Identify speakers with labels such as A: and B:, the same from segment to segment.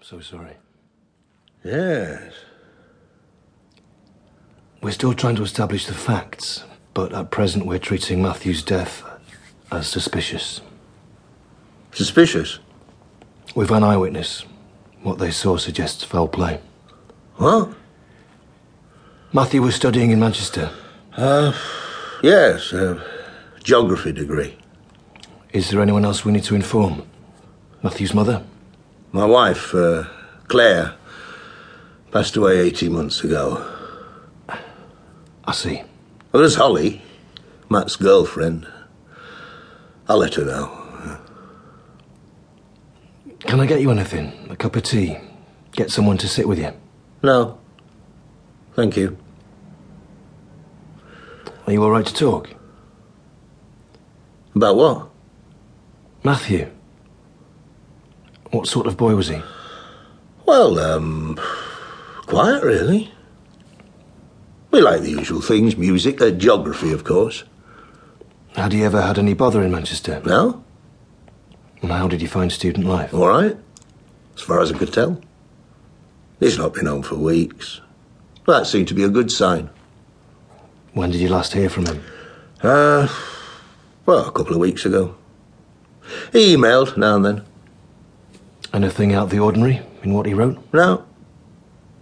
A: so sorry.
B: Yes.
A: We're still trying to establish the facts, but at present we're treating Matthew's death as suspicious.
B: Suspicious.
A: We've an eyewitness. What they saw suggests foul play.
B: Huh?
A: Matthew was studying in Manchester.
B: Yes, uh, geography degree.
A: Is there anyone else we need to inform? Matthew's mother?
B: My wife, uh, Claire, passed away 18 months ago.
A: I see.
B: Well, there's Holly, Matt's girlfriend. I'll let her know.
A: Can I get you anything? A cup of tea? Get someone to sit with you?
B: No. Thank you.
A: Are you all right to talk?
B: About what?
A: Matthew? What sort of boy was he?
B: Well, um, quiet really. We like the usual things music, uh, geography, of course.
A: Had he ever had any bother in Manchester?
B: No?
A: And how did he find student life?
B: All right, as far as I could tell. He's not been home for weeks. That seemed to be a good sign.
A: When did you last hear from him?
B: Uh, well, a couple of weeks ago. He emailed now and then.
A: Anything out of the ordinary in what he wrote?
B: No,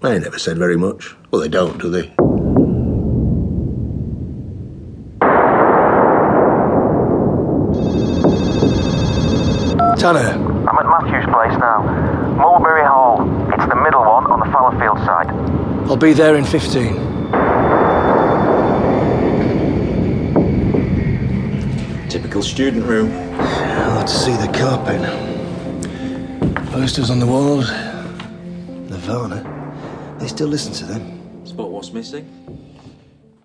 B: they never said very much. Well, they don't, do they?
A: Tanner,
C: I'm at Matthew's place now. Mulberry Hall. It's the middle one on the Fallowfield side.
A: I'll be there in 15.
D: Typical student room.
A: Hard to see the carpet. Posters on the walls. Nirvana. They still listen to them.
D: Spot what's missing?